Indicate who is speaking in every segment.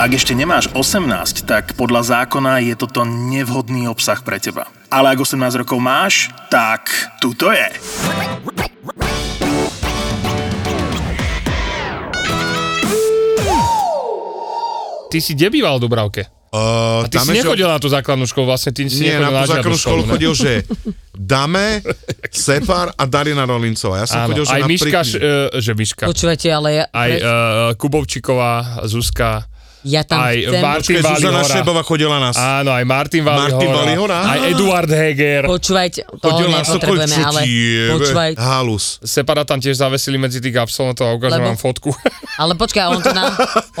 Speaker 1: Ak ešte nemáš 18, tak podľa zákona je toto nevhodný obsah pre teba. Ale ak 18 rokov máš, tak tuto je.
Speaker 2: Ty si kde býval v Dubravke? A
Speaker 3: Uh,
Speaker 2: ty si nechodil na tú základnú školu, vlastne ty si
Speaker 3: Nie,
Speaker 2: nechodil
Speaker 3: na tú základnú školu
Speaker 2: ne?
Speaker 3: chodil, že Dame, Separ a Darina Rolincová. Ja som
Speaker 2: Áno,
Speaker 3: chodil, že
Speaker 2: aj
Speaker 3: na
Speaker 2: Miška,
Speaker 3: Prikni.
Speaker 2: š, e, že Miška.
Speaker 4: Počúvajte, ale ja,
Speaker 2: Aj
Speaker 4: pre,
Speaker 2: e, Kubovčiková, Zuzka.
Speaker 4: ja tam
Speaker 2: aj
Speaker 4: chcem...
Speaker 2: Mar-
Speaker 3: Počkaj,
Speaker 2: Martin
Speaker 3: Zuzana
Speaker 2: Valihora.
Speaker 3: Šebova chodila na... s-
Speaker 2: Áno, aj Martin Valihora.
Speaker 3: Martin Valihora?
Speaker 2: Aj Eduard Heger.
Speaker 4: Počúvajte, to
Speaker 3: Chodil na Sokol,
Speaker 4: nepotrebujeme,
Speaker 3: čo
Speaker 4: ale...
Speaker 3: tiebe.
Speaker 4: Počúvaj,
Speaker 3: Halus.
Speaker 2: Separa tam tiež zavesili medzi tých absolventov a ukážem vám
Speaker 4: Lebo-
Speaker 2: fotku.
Speaker 4: ale počkaj, on to, na,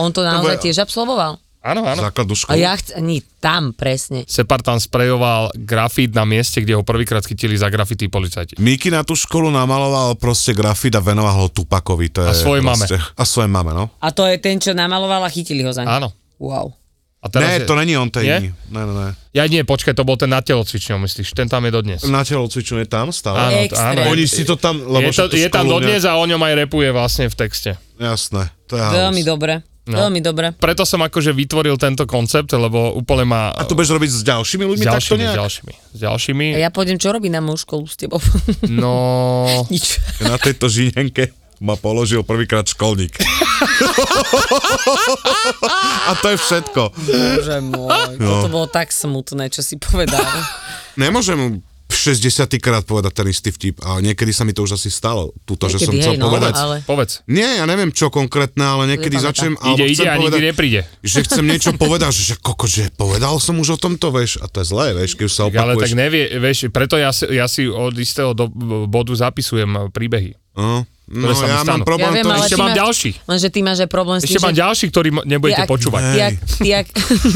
Speaker 4: on to naozaj
Speaker 3: bude-
Speaker 4: tiež absolvoval.
Speaker 2: áno, áno.
Speaker 3: Základnú
Speaker 4: A
Speaker 3: školu.
Speaker 4: ja chcem... Nie, tam presne.
Speaker 2: Separ tam sprejoval grafít na mieste, kde ho prvýkrát chytili za grafity policajti.
Speaker 3: Miki na tú školu namaloval proste grafit a venoval ho Tupakovi. To
Speaker 2: A
Speaker 3: je
Speaker 2: svojej mame.
Speaker 3: proste, mame. A svojej mame, no.
Speaker 4: A to je ten, čo namaloval a chytili ho za ne.
Speaker 2: Áno.
Speaker 4: Wow.
Speaker 2: A teraz
Speaker 3: Ne,
Speaker 2: je,
Speaker 3: to není on, to je
Speaker 2: Nie?
Speaker 3: iný. Ne, ne, ne.
Speaker 2: Ja nie, počkaj, to bol ten na telocvičňou, myslíš, ten tam je dodnes.
Speaker 3: Na telocviču je tam stále?
Speaker 2: Áno, to-
Speaker 4: Extrém.
Speaker 2: áno.
Speaker 3: Oni si to tam, lebo
Speaker 2: Je, to,
Speaker 3: však tú
Speaker 2: je tam
Speaker 3: školu
Speaker 2: dodnes a o ňom aj repuje vlastne v texte.
Speaker 3: Ne... Jasné, to je
Speaker 4: Veľmi
Speaker 3: halus.
Speaker 4: dobre. Veľmi dobre.
Speaker 2: Preto som akože vytvoril tento koncept, lebo úplne ma...
Speaker 3: A to budeš robiť s ďalšími
Speaker 2: s
Speaker 3: ľuďmi
Speaker 2: ďalšími, s
Speaker 3: takto nejak?
Speaker 2: ďalšími, s ďalšími.
Speaker 4: A ja pôjdem čo robiť na moju školu s tebou.
Speaker 2: No...
Speaker 4: Nič.
Speaker 3: Na tejto žinenke ma položil prvýkrát školník. a to je všetko.
Speaker 4: Bože môj, no. to bolo tak smutné, čo si povedal.
Speaker 3: Nemôžem mu 60 krát povedať ten istý vtip a niekedy sa mi to už asi stalo, túto, že som chcel
Speaker 4: Niekedy, hej, no,
Speaker 3: povedať.
Speaker 4: ale-
Speaker 2: Povedz.
Speaker 3: Nie, ja neviem čo konkrétne, ale niekedy
Speaker 4: Nepamätám.
Speaker 3: začnem... alebo
Speaker 2: Ide, ide
Speaker 3: chcem
Speaker 2: a
Speaker 3: povedať,
Speaker 2: nikdy nepríde.
Speaker 3: že chcem niečo povedať, že, že koko, že povedal som už o tomto, vieš, a to je zlé, vieš, keď už sa
Speaker 2: Tak ale tak
Speaker 3: opakuješ.
Speaker 2: nevie, vieš, preto ja si, ja si od istého do, bodu zapisujem príbehy.
Speaker 3: no, no
Speaker 2: sa mi
Speaker 3: ja mám
Speaker 2: stanú.
Speaker 3: problém
Speaker 4: Ja viem,
Speaker 3: to,
Speaker 4: ale
Speaker 2: Ešte
Speaker 4: ty
Speaker 2: mám
Speaker 4: máš-
Speaker 2: ďalší.
Speaker 4: Lenže ty máš aj problém s
Speaker 2: Ešte
Speaker 4: tým,
Speaker 2: mám
Speaker 4: že-
Speaker 2: ďalší, ktorý mo- nebudete
Speaker 4: Ty ak-
Speaker 2: počúvať.
Speaker 4: Ty ak, ty ak,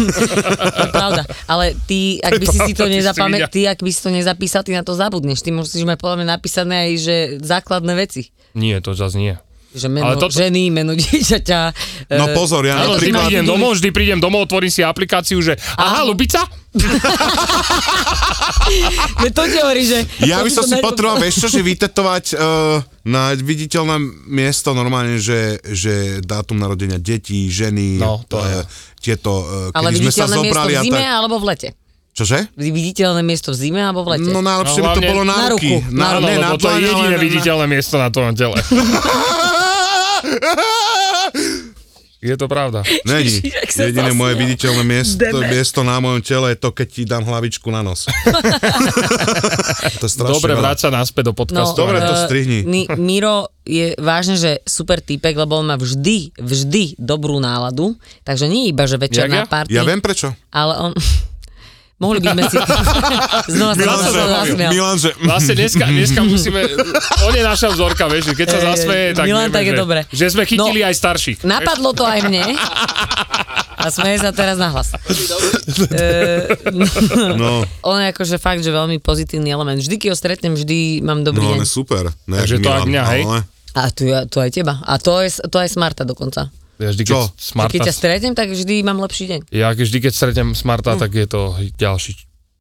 Speaker 4: to je pravda, ale ty, ak
Speaker 2: To je
Speaker 4: by si si
Speaker 2: pravda, ty
Speaker 4: to
Speaker 2: si
Speaker 4: nezapamä,
Speaker 2: svinia.
Speaker 4: ty, ak by si to nezapísal, ty na to zabudneš. Ty musíš mať podľa mňa napísané aj, že základné veci.
Speaker 2: Nie, to zase nie.
Speaker 4: Že meno
Speaker 2: Ale toto-
Speaker 4: ženy, meno dieťaťa.
Speaker 3: No
Speaker 4: e,
Speaker 3: pozor, ja
Speaker 2: Áno, vždy
Speaker 3: napríklad...
Speaker 2: prídem domov, vždy prídem domov, otvorím si aplikáciu, že aha,
Speaker 4: Áno.
Speaker 2: Lubica?
Speaker 4: Veď to ti hovorí, že...
Speaker 3: Ja by
Speaker 4: to
Speaker 3: som si
Speaker 4: na-
Speaker 3: potreboval, vieš čo, že vytetovať uh, na viditeľné miesto normálne, že, že dátum narodenia detí, ženy,
Speaker 2: No, to
Speaker 3: eh, tieto, uh,
Speaker 4: Ale
Speaker 3: kedy sme sa
Speaker 4: viditeľné miesto
Speaker 3: zobrali
Speaker 4: v
Speaker 3: a
Speaker 4: zime
Speaker 3: tak.
Speaker 4: alebo v lete.
Speaker 3: Čože?
Speaker 4: Viditeľné miesto v zime alebo v lete.
Speaker 3: No
Speaker 2: No,
Speaker 3: najlepšie by to
Speaker 2: hlavne
Speaker 3: bolo na,
Speaker 4: na
Speaker 3: ruky.
Speaker 4: ruku.
Speaker 3: Na,
Speaker 4: Na-
Speaker 2: Áno,
Speaker 3: nie, na
Speaker 2: lebo to je
Speaker 3: dlaň, ale
Speaker 2: jediné
Speaker 3: na-
Speaker 2: viditeľné miesto na tvojom tele. Je to pravda.
Speaker 3: Není.
Speaker 4: Ježiš, jak sa
Speaker 3: Jediné moje
Speaker 4: zasmial.
Speaker 3: viditeľné miesto,
Speaker 4: Demet.
Speaker 3: miesto na mojom tele je to, keď ti dám hlavičku na nos. to je strašne
Speaker 2: Dobre,
Speaker 3: veľa.
Speaker 2: vráť sa naspäť do podcastu.
Speaker 3: Dobre, to
Speaker 4: e,
Speaker 3: strihni.
Speaker 4: Ni- Miro je vážne, že super týpek, lebo on má vždy, vždy dobrú náladu. Takže nie iba, že
Speaker 2: Jak
Speaker 4: večer na
Speaker 2: ja?
Speaker 4: party.
Speaker 3: Ja viem prečo.
Speaker 4: Ale on... Mohli by sme si... Znova sa
Speaker 2: Milan
Speaker 4: Milan,
Speaker 2: sa
Speaker 4: zasmial.
Speaker 3: Milan, že...
Speaker 2: Vlastne dneska, dneska musíme, on je naša vzorka, vieš, že keď sa
Speaker 4: Ej,
Speaker 2: zasmeje, tak
Speaker 4: Milan,
Speaker 2: vieme,
Speaker 4: tak je
Speaker 2: že,
Speaker 4: dobre.
Speaker 2: že sme chytili
Speaker 4: No.
Speaker 2: aj starších.
Speaker 4: Napadlo to aj mne. A smeje sa teraz na hlas.
Speaker 3: No,
Speaker 4: On je akože fakt, že veľmi pozitívny element. Vždy, keď ho stretnem, vždy mám
Speaker 3: no
Speaker 4: dobrý
Speaker 3: on
Speaker 4: deň.
Speaker 3: je super. Ne,
Speaker 2: Takže to
Speaker 3: Milan,
Speaker 2: aj mňa, hej?
Speaker 3: ale-
Speaker 4: A tu, ja- tu aj teba. A to je, to je smarta dokonca.
Speaker 2: Ja vždy, keď
Speaker 3: Čo?
Speaker 4: Že keď
Speaker 2: smarta,
Speaker 4: ťa stretnem, tak vždy mám lepší deň.
Speaker 2: ja vždy, keď stretnem
Speaker 4: Hm.
Speaker 2: smarta, tak je to ďalší.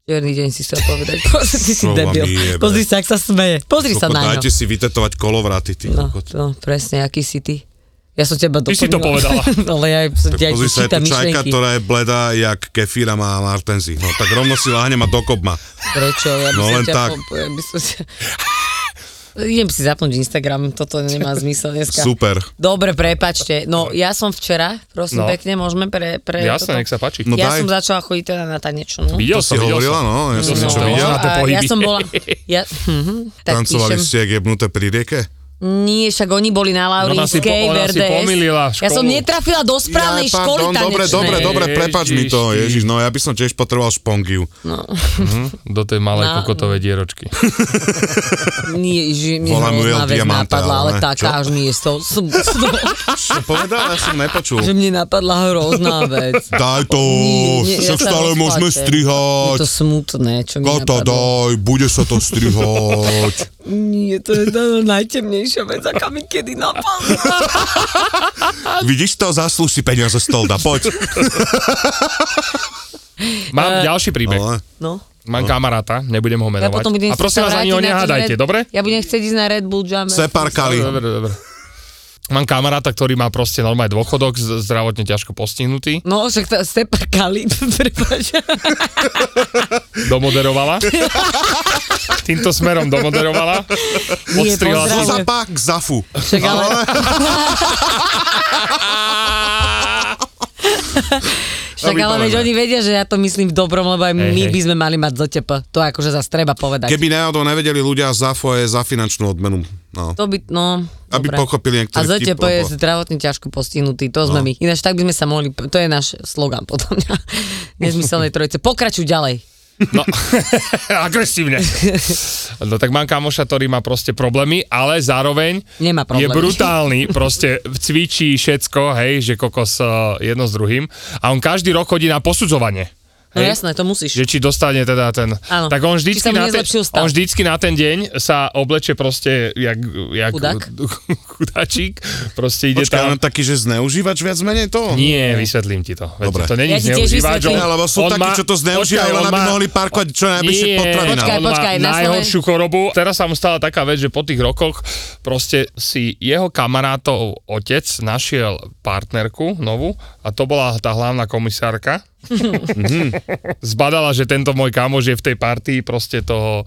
Speaker 4: Čierny deň si chcel povedať. Pozri, ty si
Speaker 3: Čo vám
Speaker 4: debil.
Speaker 3: jebe?
Speaker 4: Pozri sa, ak sa smeje. Pozri sa
Speaker 3: Koko,
Speaker 4: na ňo.
Speaker 3: Dajte si vytetovať kolovraty, ty.
Speaker 4: No,
Speaker 3: kokot.
Speaker 4: no, presne, aký si ty. Ja som teba
Speaker 2: Ty si to
Speaker 4: doplnila. Ale ja,
Speaker 3: Tak
Speaker 4: ja
Speaker 3: pozri sa, je
Speaker 4: čítam
Speaker 3: tu čajka,
Speaker 4: myšlenky.
Speaker 3: ktorá je bledá, jak kefíra má Martenzi. No tak rovno si láhnem a dokop ma.
Speaker 4: Prečo? Ja by
Speaker 3: No,
Speaker 4: som
Speaker 3: len
Speaker 4: ťa
Speaker 3: tak.
Speaker 4: Po, ja by som ťa... Idem si zapnúť Instagram, toto nemá zmysel dneska.
Speaker 3: Super.
Speaker 4: Dobre, prepačte. No, ja som včera,
Speaker 2: No.
Speaker 4: prosím pekne, môžeme pre... pre toto?
Speaker 2: Jasné, nech sa páči.
Speaker 3: No
Speaker 4: ja
Speaker 3: daj.
Speaker 4: som začala chodiť teda na tanečnú.
Speaker 2: Videl
Speaker 3: Si
Speaker 2: som, videl
Speaker 3: hovorila,
Speaker 2: som.
Speaker 3: no, ja som
Speaker 2: No,
Speaker 3: niečo
Speaker 2: no.
Speaker 3: videl.
Speaker 2: Pozerala to
Speaker 4: a ja
Speaker 2: pohyby.
Speaker 4: som bola... Ja, mhm, tak
Speaker 3: Tancovali
Speaker 4: píšem.
Speaker 3: ste jak jebnuté pri rieke?
Speaker 4: Nie, však oni boli na Laurinskej,
Speaker 2: Ona si po- ona si
Speaker 4: VRDS.
Speaker 2: pomýlila
Speaker 4: Ja
Speaker 2: školu.
Speaker 4: som netrafila do správnej
Speaker 3: Jaj,
Speaker 4: školy
Speaker 3: pardon, dobre,
Speaker 4: tanečnej.
Speaker 3: dobre, dobre, prepač mi to,
Speaker 2: Ježiš,
Speaker 3: ježiš, no ja by som tiež potreboval špongiu.
Speaker 4: No,
Speaker 2: Do tej malej
Speaker 4: Na-
Speaker 2: kokotovej dieročky.
Speaker 4: Nie, že mi
Speaker 3: Volám ju El
Speaker 4: hrozná vec
Speaker 3: Diamante,
Speaker 4: napadla,
Speaker 3: ale
Speaker 4: ale
Speaker 3: čo?
Speaker 4: taká, až mi je to... som-
Speaker 3: Čo povedal? Ja som nepočul.
Speaker 4: Že mne napadla hrozná vec.
Speaker 3: Daj to,
Speaker 4: Nie, nie, ja
Speaker 3: však
Speaker 4: sa
Speaker 3: stále
Speaker 4: rozplačem.
Speaker 3: môžeme
Speaker 4: Je to
Speaker 3: strihať.
Speaker 4: smutné, čo mi
Speaker 3: Kata,
Speaker 4: napadlo.
Speaker 3: daj, bude sa to strihať.
Speaker 4: Nie, to je tá najtemnejšia vec, aká mi kedy napadla.
Speaker 3: Vidíš to? Zaslúž si peniaze z tolda, poď.
Speaker 2: Mám ďalší príbeh.
Speaker 3: Ale-
Speaker 4: No.
Speaker 2: Mám kamaráta, nebudem ho
Speaker 4: Eh, Ja
Speaker 2: menovať.
Speaker 4: potom budem
Speaker 2: A
Speaker 4: chcieť
Speaker 2: prosím
Speaker 4: sa
Speaker 2: vás, ani
Speaker 4: vrátiť
Speaker 2: ho
Speaker 4: na ten
Speaker 2: nehádajte,
Speaker 4: Red-
Speaker 2: dobre?
Speaker 4: Ja budem chcieť ísť na Red Bull Jam.
Speaker 3: Separ Kali.
Speaker 2: Dobre, dobre. Mám kamaráta, ktorý má proste normálne dôchodok, z- zdravotne ťažko postihnutý,
Speaker 4: No, však tá Stepa Kali, prepáč.
Speaker 2: domoderovala. Týmto smerom domoderovala.
Speaker 4: Nie,
Speaker 2: Odstrihla
Speaker 3: Zo
Speaker 4: pozdravujem.
Speaker 2: si.
Speaker 3: zapa k zafu.
Speaker 4: Však ale... Však ale veď oni vedia, že ja to myslím v dobrom, lebo aj
Speaker 2: No, Hej,
Speaker 4: my
Speaker 2: hej.
Speaker 4: by sme mali mať ZTP. To akože zase treba povedať.
Speaker 3: Keby náhodou nevedeli ľudia, zafo je za finančnú odmenu. No.
Speaker 4: To by, no...
Speaker 3: Aby
Speaker 4: dobre.
Speaker 3: pochopili
Speaker 4: A
Speaker 3: niektorý
Speaker 4: ZTP
Speaker 3: vtip, No.
Speaker 4: je
Speaker 3: lebo-
Speaker 4: zdravotne ťažko postihnutý, to sme my. Ináč tak by sme sa mohli, to je náš slogan podľa mňa. Nezmyselnej trojice. Pokračuj ďalej.
Speaker 2: No, agresívne. No tak mám kamoša, ktorý má proste problémy, ale zároveň
Speaker 4: Nemá
Speaker 2: je
Speaker 4: problémy.
Speaker 2: brutálny, proste cvičí všetko, hej, že kokos eh, jedno s druhým. A on každý rok chodí na posudzovanie.
Speaker 4: No
Speaker 2: Hej?
Speaker 4: jasné, to musíš.
Speaker 2: že či dostane teda ten...
Speaker 4: Áno.
Speaker 2: Tak on
Speaker 4: Či
Speaker 2: vždycky,
Speaker 4: sa mu
Speaker 2: na ten,
Speaker 4: nezlepšil stav.
Speaker 2: on vždycky na ten deň sa obleče proste jak... jak
Speaker 4: Chudák?
Speaker 2: Chudáčik. Proste ide
Speaker 3: Počkaj,
Speaker 2: tam...
Speaker 3: on je taký, že zneužívač viac menej to?
Speaker 2: Nie, vysvetlím ti to. Veď
Speaker 3: Dobre.
Speaker 2: To není
Speaker 4: Ja ti tiež
Speaker 2: zneužívač.
Speaker 4: vysvetlím.
Speaker 2: on-
Speaker 3: Ne, lebo sú
Speaker 2: on
Speaker 3: takí,
Speaker 2: má-
Speaker 3: čo to zneužívajú,
Speaker 2: počkaj,
Speaker 3: len
Speaker 2: on
Speaker 3: aby
Speaker 2: má-
Speaker 3: mohli parkovať čo najbližšie
Speaker 2: nie,
Speaker 3: pod
Speaker 4: Počkaj,
Speaker 3: travinám.
Speaker 2: on
Speaker 4: počkaj, na
Speaker 2: má najhoršiu chorobu. Teraz sa mu stala taká vec, že po tých rokoch proste si jeho kamarátov otec našiel partnerku novú a to bola tá hlavná komisárka. Mhm. Zbadala, že tento môj kamoš je v tej partii proste toho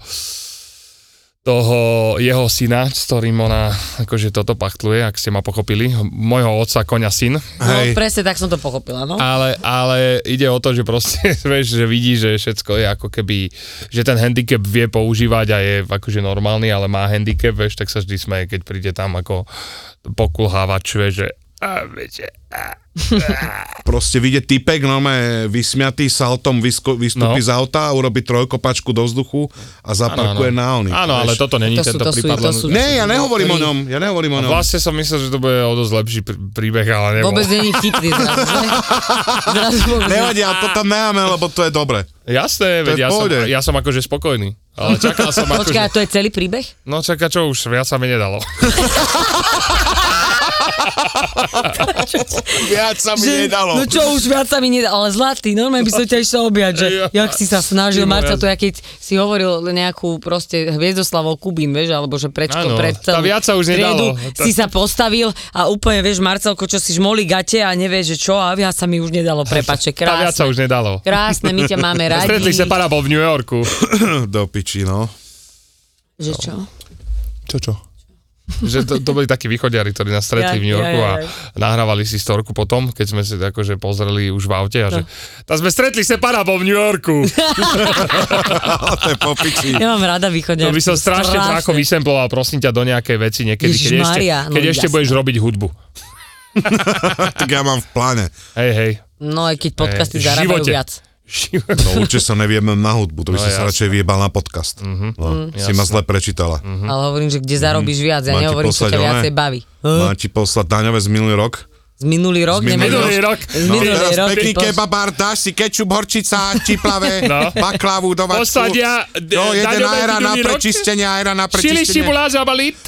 Speaker 2: toho jeho syna, s ktorým ona akože toto pachtluje, ak ste ma pochopili, mojho otca, koňa syn.
Speaker 4: No
Speaker 3: Hej.
Speaker 4: presne tak som to pochopila, no.
Speaker 2: Ale, ale ide o to, že proste, vieš, že vidí, že všetko je ako keby, že ten handicap vie používať a je akože normálny, ale má handicap, vieš, tak sa vždy smeje, keď príde tam ako pokulhávač, vieš, že a viete,
Speaker 3: Proste vyjde typek, no vysmiatý, saltom vysko, vystúpi
Speaker 2: No.
Speaker 3: z auta a urobí trojkopačku do vzduchu a zaparkuje na oný.
Speaker 2: áno, ale toto není
Speaker 4: To sú-
Speaker 2: tento
Speaker 4: to sú-
Speaker 2: prípad.
Speaker 4: to
Speaker 2: len-
Speaker 4: sú-
Speaker 3: Nie, ja nehovorím o ňom, ja nehovorím o ňom.
Speaker 2: Vlastne som myslel, že to bude o dosť lepší pr- príbeh, ale nebol.
Speaker 4: Vôbec není chytný zrazu. že? Zrazu vôbec nie.
Speaker 3: Nevadí, ale to tam necháme, lebo to je dobre.
Speaker 2: Jasné,
Speaker 3: To je v
Speaker 2: veď ja som,
Speaker 3: pohode.
Speaker 2: ja som akože spokojný. Ale čakal som akože...
Speaker 4: Počkaj, a to je celý príbeh?
Speaker 2: No čaká, čo už, viac sa mi nedalo.
Speaker 3: Viac sa
Speaker 4: Že- No čo, už viac sa mi nedalo, ale zlatý, normálne by som ťa išla objať, že
Speaker 2: Ja.
Speaker 4: jak si sa snažil,
Speaker 2: Ty
Speaker 4: Marta,
Speaker 2: moja-
Speaker 4: to ja keď si hovoril nejakú proste hviezdoslavou Kubín, vieš, alebo že prečko
Speaker 2: Áno,
Speaker 4: pred
Speaker 2: tá
Speaker 4: celú
Speaker 2: viac sa už
Speaker 4: triedu
Speaker 2: nedalo.
Speaker 4: si sa postavil a úplne, vieš, Marcelko, čo si žmoli gate a nevie, že čo a viac sa mi už nedalo, prepače,
Speaker 2: Tá viac sa
Speaker 4: krásne.
Speaker 2: už nedalo.
Speaker 4: Krásne, my ťa máme radi.
Speaker 2: Stretli sa parabol v New Yorku.
Speaker 3: Do piči, no.
Speaker 4: Že čo?
Speaker 2: Čo, čo? Že to, to boli takí východiari, ktorí nás stretli
Speaker 4: Ja,
Speaker 2: v New Yorku
Speaker 4: ja, ja,
Speaker 2: a nahrávali si storku potom, keď sme si akože pozreli už v aute a že
Speaker 4: No.
Speaker 2: tak sme stretli separa vo New Yorku.
Speaker 3: A to je po piči.
Speaker 4: Ja mám rada východňa.
Speaker 2: To by No. som strašne ako vysemploval, prosím ťa, do nejakej veci niekedy, keď ešte,
Speaker 4: Ježišmaria, no
Speaker 2: keď ešte
Speaker 4: jasné.
Speaker 2: budeš robiť hudbu.
Speaker 3: Tak ja mám v pláne.
Speaker 2: Hej, hej.
Speaker 4: No aj keď podcasty
Speaker 2: Eh, v
Speaker 4: zarábajú
Speaker 2: živote.
Speaker 4: viac.
Speaker 2: Život.
Speaker 3: No určite sa nevieme na hudbu, to by
Speaker 2: No,
Speaker 3: som sa
Speaker 2: jasné. Mhm.
Speaker 3: radšej vyjebal na podcast. No, si ma zle prečítala.
Speaker 4: Ale hovorím, že kde zarobíš viac, ja
Speaker 3: Mám ti
Speaker 4: nehovorím, čo
Speaker 3: poslať
Speaker 4: ťa
Speaker 3: oné?
Speaker 4: viacej baví.
Speaker 3: Mám No, ti poslať daňové z minulý rok.
Speaker 4: Z minulý rok?
Speaker 3: Z
Speaker 4: nemenujem.
Speaker 2: Minulý rok.
Speaker 4: Z
Speaker 3: No,
Speaker 4: minulý
Speaker 3: teraz
Speaker 4: rok.
Speaker 3: pekný
Speaker 4: to-
Speaker 3: kebabár, dáš si kečup, horčica, čiplave,
Speaker 2: No.
Speaker 3: baklavu, dovačku.
Speaker 2: Posadia, d-
Speaker 3: no, jeden
Speaker 2: daňové
Speaker 3: ajra na
Speaker 2: minulý rok?
Speaker 3: prečistenie, ajra na
Speaker 2: Čili si
Speaker 3: prečistenie.
Speaker 2: bola zabalit.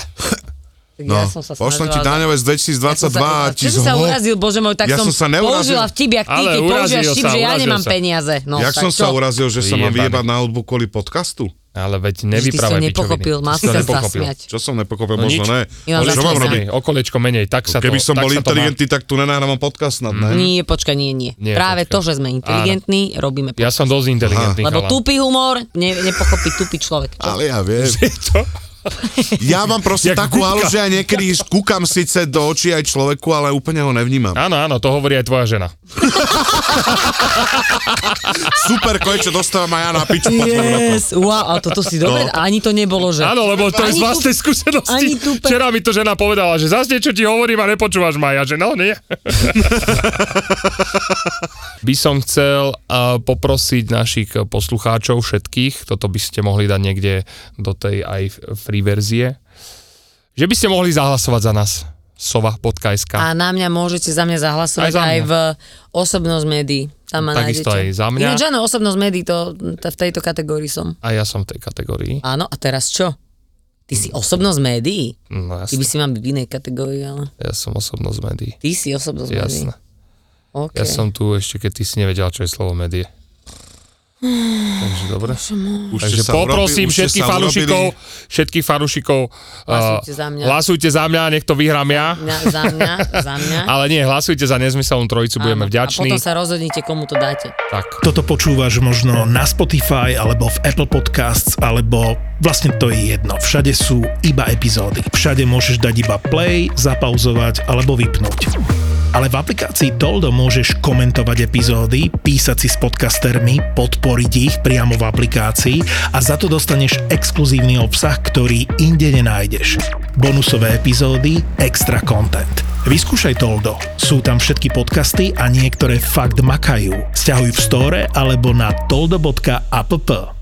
Speaker 4: Tak
Speaker 3: No,
Speaker 4: ja som sa
Speaker 3: pošlem ti
Speaker 4: snažila-
Speaker 3: daňové z 2022 a ti
Speaker 4: Čo som sa
Speaker 3: zho-
Speaker 4: urazil, bože môj, tak
Speaker 3: Ja
Speaker 4: som,
Speaker 3: som sa neurazil.
Speaker 4: použila vtip, jak ty,
Speaker 2: Ale
Speaker 4: keď používaš
Speaker 2: urazil
Speaker 4: vtip,
Speaker 2: sa,
Speaker 4: že ja
Speaker 2: urazil
Speaker 4: nemám
Speaker 2: sa.
Speaker 4: peniaze. No,
Speaker 3: Jak
Speaker 4: tak
Speaker 3: som
Speaker 4: čo?
Speaker 3: sa urazil, že sa mám
Speaker 2: Vyjebaný.
Speaker 3: vyjebať na hudbu kvôli podcastu?
Speaker 2: Ale veď
Speaker 4: Že Ty
Speaker 2: nevyprávaj
Speaker 4: som
Speaker 2: pičoviny.
Speaker 4: nepochopil,
Speaker 2: Ty
Speaker 4: mal
Speaker 2: si
Speaker 4: si
Speaker 2: to
Speaker 4: sa
Speaker 2: nepochopil.
Speaker 4: zasmiať.
Speaker 3: Čo som nepochopil,
Speaker 2: No
Speaker 3: možno
Speaker 2: nič.
Speaker 3: ne.
Speaker 4: Ja
Speaker 3: Ale
Speaker 4: mám
Speaker 3: čo mám
Speaker 4: zasmiať.
Speaker 3: robiť?
Speaker 2: Hej, O kolečko menej, tak sa
Speaker 3: Keby
Speaker 2: to,
Speaker 3: som
Speaker 2: tak
Speaker 3: bol
Speaker 2: sa to má. Mhm.
Speaker 3: inteligentný, tak tu nenahrávam podcast snad, ne?
Speaker 4: Nie, počkaj, nie, nie.
Speaker 2: Nie,
Speaker 4: Práve
Speaker 2: počkaj.
Speaker 4: to, že sme inteligentní, robíme
Speaker 2: Ja som dosť inteligentný.
Speaker 4: Lebo
Speaker 2: chalan.
Speaker 4: tupý humor ne, nepochopí tupý človek.
Speaker 3: Ale ja viem.
Speaker 2: To-
Speaker 3: Ja mám proste
Speaker 2: Jak
Speaker 3: takú
Speaker 2: gubka.
Speaker 3: halu, že ja niekedy kúkam síce do očí aj človeku, ale úplne ho nevnímam.
Speaker 2: Áno, áno, to hovorí aj tvoja žena.
Speaker 3: Super koječe dostávam aj ja na piču.
Speaker 4: Yes, wow, a toto si dobre,
Speaker 3: No.
Speaker 4: a ani to nebolo, že...
Speaker 2: Áno, lebo to je
Speaker 4: Ani
Speaker 2: z
Speaker 4: tu-
Speaker 2: vlastnej skúsenosti.
Speaker 4: ani tu pe-
Speaker 2: Včera mi to žena povedala, že zase niečo ti hovorím a nepočúvaš ma. Ja, že no, nie. by som chcel uh, poprosiť našich eh, poslucháčov všetkých, toto by ste mohli dať niekde do tej aj f- free verzie, že by ste mohli zahlasovať za nás. Sova.sk
Speaker 4: A na mňa môžete za mňa
Speaker 2: Aj
Speaker 4: zahlasovať aj,
Speaker 2: za mňa.
Speaker 4: v osobnosť médií. Tam ma
Speaker 2: Takisto aj
Speaker 4: nájdete.
Speaker 2: za mňa.
Speaker 4: Ináč, áno, osobnosť médií, to, to, v tejto kategórii som.
Speaker 2: A ja som v tej kategórii.
Speaker 4: Áno, a teraz čo? Ty si
Speaker 2: Hm.
Speaker 4: osobnosť médií?
Speaker 2: No
Speaker 4: Ty by
Speaker 2: jasne,
Speaker 4: si mal byť v inej kategórii, ale
Speaker 2: ja som osobnosť médií.
Speaker 4: ty si osobnosť médií.
Speaker 2: Jasné.
Speaker 4: Okay.
Speaker 2: Ja som tu ešte, keď ty si nevedel, čo je slovo médie. Takže dobre.
Speaker 3: Už
Speaker 2: Takže
Speaker 3: ste sa
Speaker 2: poprosím
Speaker 3: urobi- už ste
Speaker 2: všetkých
Speaker 3: sa
Speaker 2: fanušikov,
Speaker 3: urobili.
Speaker 2: všetkých fanušikov,
Speaker 4: Hlasujte za mňa.
Speaker 2: hlasujte za mňa, nech to vyhrám ja.
Speaker 4: Mňa, za mňa, za mňa.
Speaker 2: Ale nie, hlasujte za nezmyselnú trojicu, budeme
Speaker 4: Áno. A
Speaker 2: vďační.
Speaker 4: potom sa rozhodnite, komu to dáte.
Speaker 2: Tak.
Speaker 5: Toto počúvaš možno na Spotify, alebo v Apple Podcasts, alebo vlastne to je jedno. Všade sú iba epizódy. Všade môžeš dať iba play, zapauzovať alebo vypnúť. Ale v aplikácii Toldo môžeš komentovať epizódy, písať si s podcastermi, podporiť ich priamo v aplikácii a za to dostaneš exkluzívny obsah, ktorý inde nenájdeš. Bonusové epizódy, extra content. Vyskúšaj Toldo. Sú tam všetky podcasty a niektoré fakt makajú. Sťahuj v store alebo na toldo.app.